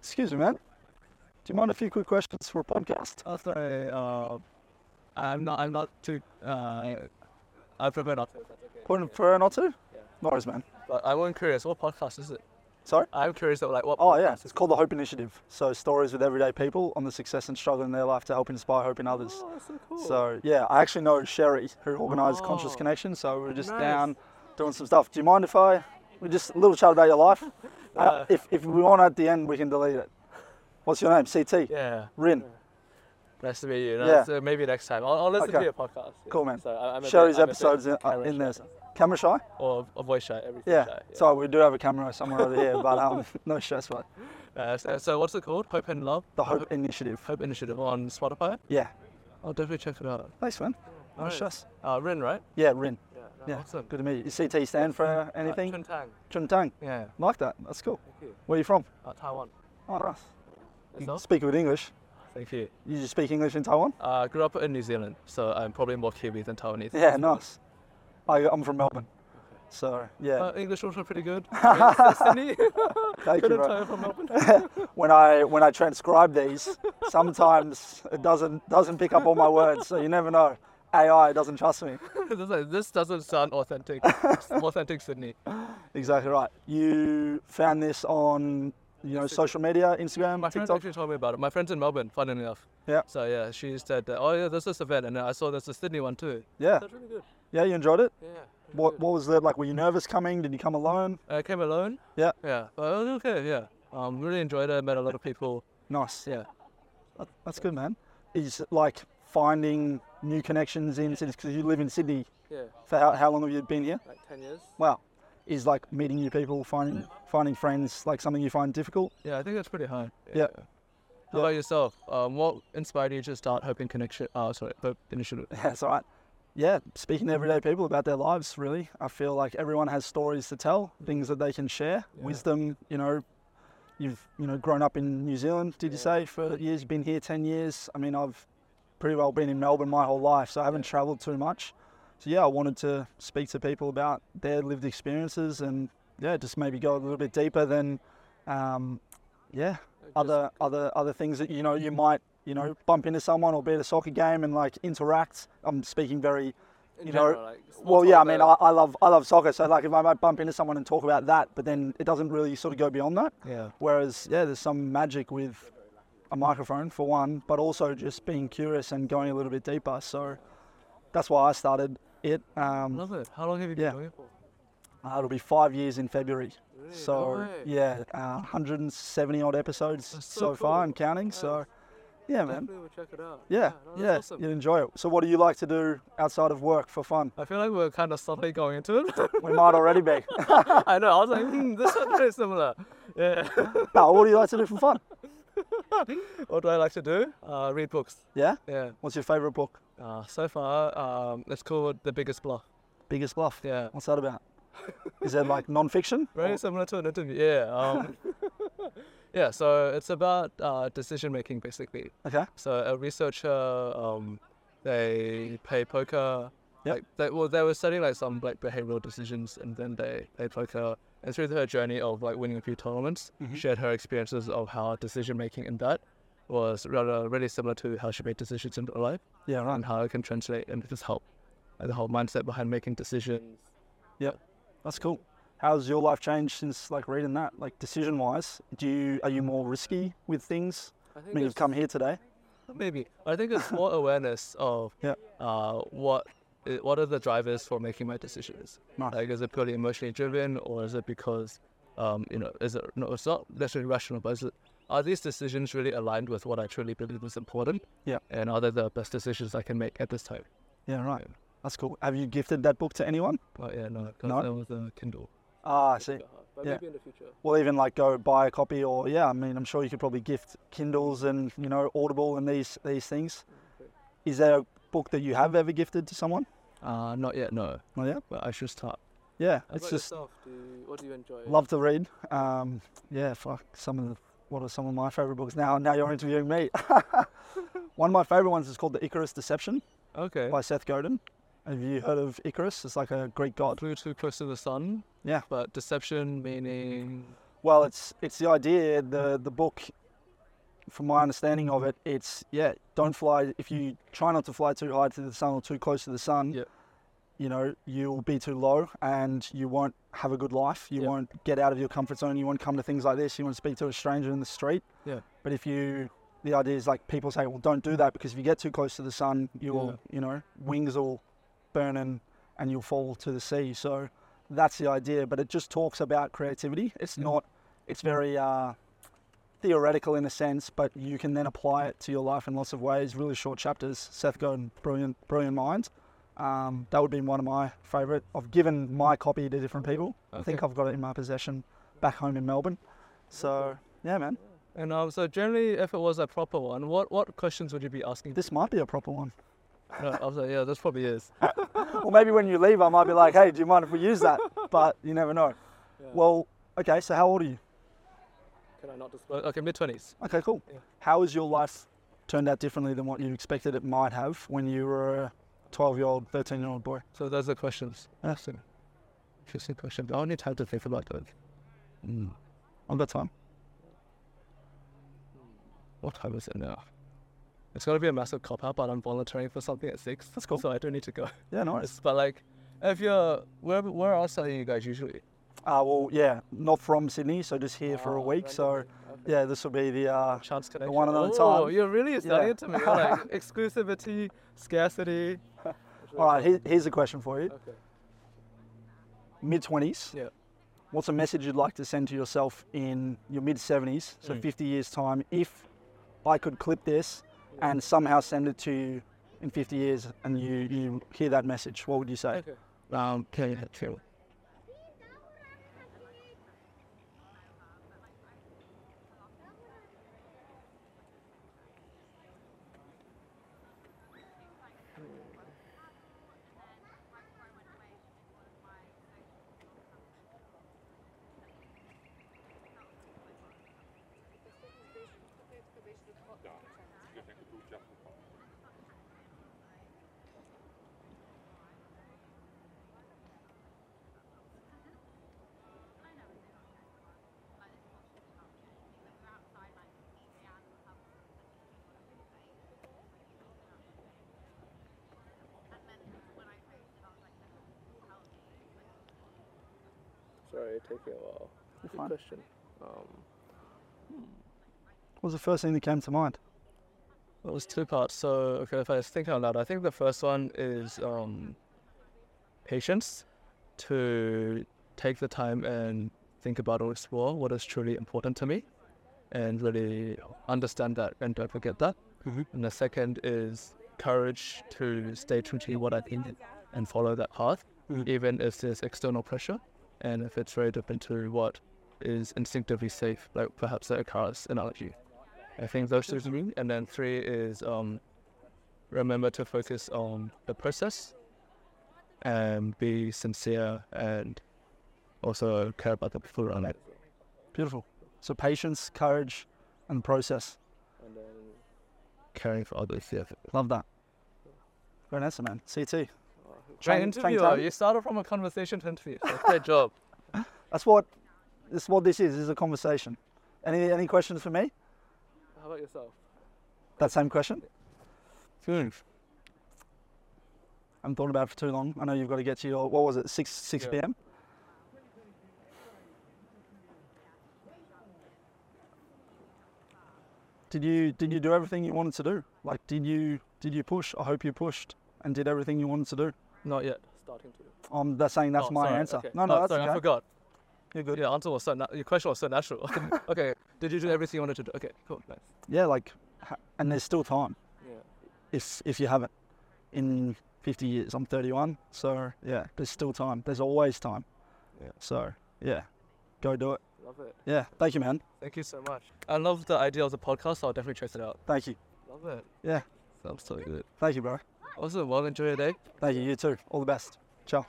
Excuse me, man. Do you mind a few quick questions for podcast? Oh, sorry. Uh, I'm not. I'm not too. Uh, I prefer not to. if that's okay. Point for an or two? No worries, man. But I wasn't curious. What podcast is it? Sorry? I'm curious of like what. Oh, yeah. podcast It's is- called The Hope Initiative. So, stories with everyday people on the success and struggle in their life to help inspire hope in others. Oh, that's so cool. So, yeah, I actually know Sherry, who organised Conscious Oh. Connection. So, we are just Nice. down doing some stuff. Do you mind if I. We just a little chat about your life? Uh, Uh. if, if we want at the end, we can delete it. What's your name? CT? yeah. Rin. Nice to meet you. Yeah. Yeah. maybe next time. I'll, I'll listen Okay. to your podcast. yeah. Cool, man. So I- I'm a bit- Sherry's I'm a bit episode's in, uh, camera in shy. there. Camera shy? Or a voice shy. Everything Yeah. shy. yeah. So, we do have a camera somewhere over here, but um, no stress, but Uh, so, so what's it called? Hope and Love. The Hope Initiative. Hope Initiative on Spotify. Yeah. I'll definitely check it out. Thanks, man. No Alright. stress. Uh, Rin, right? Yeah, Rin. Yeah. Yeah, Awesome. good to meet you. Is CT stand for anything? Uh, Chuntang. Chun Tang. Yeah. Like that. That's cool. Thank you. Where are you from? Uh, Taiwan. Oh, nice. You Yourself? speak good English. Thank you. You just speak English in Taiwan? Uh, grew up in New Zealand, so I'm probably more Kiwi than Taiwanese. Yeah, nice. I, I'm from Melbourne. So, yeah. Uh, English also pretty good. Yeah, Sydney. Thank you, Couldn't bro. tell from Melbourne. When I when I transcribe these, sometimes it doesn't doesn't pick up all my words, so you never know. AI doesn't trust me. This is like, this doesn't sound authentic. It's authentic Sydney. Exactly right. You found this on you know social media, Instagram, My friends TikTok. actually told me about it. My friend's in Melbourne, fun enough. Yeah. So yeah, she said, that, oh yeah, there's this event, and I saw there's a Sydney one too. Yeah. That's really good. Yeah, you enjoyed it? Yeah. What what was that like? Were you nervous coming? Did you come alone? I came alone. Yeah. Yeah. But it was okay. Yeah. Um, really enjoyed it. Met a lot of people. Nice. Yeah. That- That's good, man. Is like finding new connections in cities because you live in Sydney. Yeah. For how, how long have you been here? Like ten years. Wow. Is like meeting new people, finding finding friends like something you find difficult? Yeah, I think that's pretty high. Yeah. How about yourself? Um, what inspired you to start Hope in Connection? Oh, sorry, Hope Initiative. That's all right. Yeah, speaking to everyday people about their lives, really. I feel like everyone has stories to tell, things that they can share, Yeah. wisdom, you know. You've, you know, grown up in New Zealand, did you Yeah. say, for years? You've been here 10 years. I mean, I've pretty well been in Melbourne my whole life, so I haven't traveled too much. So, yeah, I wanted to speak to people about their lived experiences and, yeah, just maybe go a little bit deeper than, um, yeah, other other other things that you know you might you know bump into someone or be at a soccer game and like interact. I'm speaking very you know, well. Yeah, I mean, I, I love I love soccer, so like if I might bump into someone and talk about that, but then it doesn't really sort of go beyond that. yeah, Whereas yeah, there's some magic with a microphone for one, but also just being curious and going a little bit deeper. So that's why I started it. Um, love it. How long have you been yeah. doing it for? uh, it'll be five years in February. Really? So No way. yeah, uh, 170 odd episodes That's so so, far cool. and counting. So yeah, man. Definitely will check it out. Yeah, no, that's yeah, awesome. you'd enjoy it. So, what do you like to do outside of work for fun? I feel like we're kind of subtly going into it. We might already be. I know. I was like, hmm, this sounds very similar. Yeah. no, what do you like to do for fun? what do I like to do? Uh, read books. Yeah. Yeah. What's your favourite book? Uh, so far, um, it's called The Biggest Bluff. Biggest Bluff. Yeah. What's that about? Is it like non-fiction? Very Or- similar to an interview. Yeah. Um, yeah. So it's about uh, decision making, basically. Okay. So a researcher, um, they play poker. Yep. Like they, well, they were studying like some like behavioral decisions, and then they played poker. And through her journey of like winning a few tournaments, Mhm. shared her experiences of how decision making in that was rather really similar to how she made decisions in her life, Yeah, right. and how it can translate and just help like, the whole mindset behind making decisions. That's cool. How's your life changed since like reading that? Like decision-wise, do you are you more risky with things? I I think mean, you've come here today. Maybe I think it's more awareness of Yeah. uh, what i- what are the drivers for making my decisions. Nice. Like, is it purely emotionally driven, or is it because um, you know, is it no? It's not necessarily rational, but is it, are these decisions really aligned with what I truly believe is important? Yeah. And are they the best decisions I can make at this time? Yeah, right. That's cool. Have you gifted that book to anyone? But yeah, no, 'cause No. that was a Kindle. Ah, I see. But Yeah. maybe in the future. Well, even like go buy a copy, or yeah, I mean, I'm sure you could probably gift Kindles and you know Audible and these these things. Mm, Is there a book that you have ever gifted to someone? Uh, not yet, no. Not yet. But I should start. Yeah, it's just Do what do you enjoy? love to read. Um, yeah, fuck some of the, what are some of my favorite books now? Now you're interviewing me. One of my favorite ones is called The Icarus Deception Okay. by Seth Godin. Have you heard of Icarus? It's like a Greek god. Flew too close to the sun. Yeah. But deception meaning Well, it's it's the idea. the The book, from my understanding of it, it's yeah. Don't fly if you try not to fly too high to the sun or too close to the sun. Yep. You know, you'll be too low, and you won't have a good life. You Yep. won't get out of your comfort zone. You won't come to things like this. You won't speak to a stranger in the street. Yeah. But if you, the idea is like people say, well, don't do that because if you get too close to the sun, you'll you know wings will burn and and you'll fall to the sea. So that's the idea. But it just talks about creativity. It's Yeah. not. It's very uh, theoretical in a sense, but you can then apply it to your life in lots of ways. Really short chapters. Seth Godin, brilliant, brilliant mind. Um, that would be one of my favourite. I've given my copy to different people. I think I've got it in my possession back home in Melbourne. So yeah, man, And um, so generally, if it was a proper one, what, what questions would you be asking? this might be a proper one. no, I was like, yeah, this probably is. Or maybe when you leave, I might be like, hey, do you mind if we use that? But you never know. Well, okay. So how old are you? Can I not disclose? Okay, mid twenties. Okay, cool. Yeah. How has your life turned out differently than what you expected it might have when you were a 12 year old, 13 year old boy? So those are questions. Interesting. Interesting question. I only time to think about that. Mm. On that time. What time is it now? It's gonna be a massive cop out, but I'm volunteering for something at six. That's cool. So I do need to go. Yeah, nice. But like, if you're where where else are you guys usually? Uh, well, yeah, not from Sydney, so just here for a Oh, week. So, yeah, this will be the. Uh, Chance connection. one and only Oh, time. You're really studying to me. Yeah. You're like exclusivity, scarcity. all right, here, here's a question for you. Okay. Mid 20s, Yeah. what's a message you'd like to send to yourself in your mid 70s, so Mm. 50 years' time? If I could clip this and somehow send it to you in 50 years and you, you hear that message, what would you say? Um, can you too? Sorry, taking a while. You're fine. What question. Um, was the first thing that came to mind? Well, it was two parts. So, okay, if I think out loud, I think the first one is um, patience to take the time and think about or explore what is truly important to me and really understand that and don't forget that. Mhm. And the second is courage to stay true to what I think and follow that path, Mhm. even if there's external pressure and if it's very different to what is instinctively safe, like perhaps the car's analogy. I think those two are me. And then three is um, remember to focus on the process and be sincere and also care about the people around it. Beautiful. So patience, courage, and process. And then caring for others. Yeah. Love that. Great answer, man. CT. Great Chang- interview. Chang though. Tan? You started from a conversation to interview. So great job. That's what. That's what this is. This is a conversation. Any any questions for me? How about yourself? That same question. Hmm. I haven't thought about it for too long. I know you've got to get to your what was it six six Yeah. p.m. Did you did you do everything you wanted to do? Like did you did you push? I hope you pushed and did everything you wanted to do. Not yet. Starting to. Um, that's saying that's Oh, my sorry, answer. okay. No, no, Oh, that's sorry, I okay. forgot. You're good. Your answer was so na- your question was so natural. okay, did you do everything you wanted to do? Okay, cool, nice. yeah, like, ha- and there's still time Yeah. if if you haven't in 50 years. I'm 31, so yeah, there's still time. There's always time. Yeah. So yeah, go do it. Love it. Yeah, thank you, man. Thank you so much. I love the idea of the podcast. I'll definitely check it out. Thank you. Love it. Yeah, Sounds so good. thank you, bro. Also, well, enjoy your day. Thank you. You too. All the best. Ciao.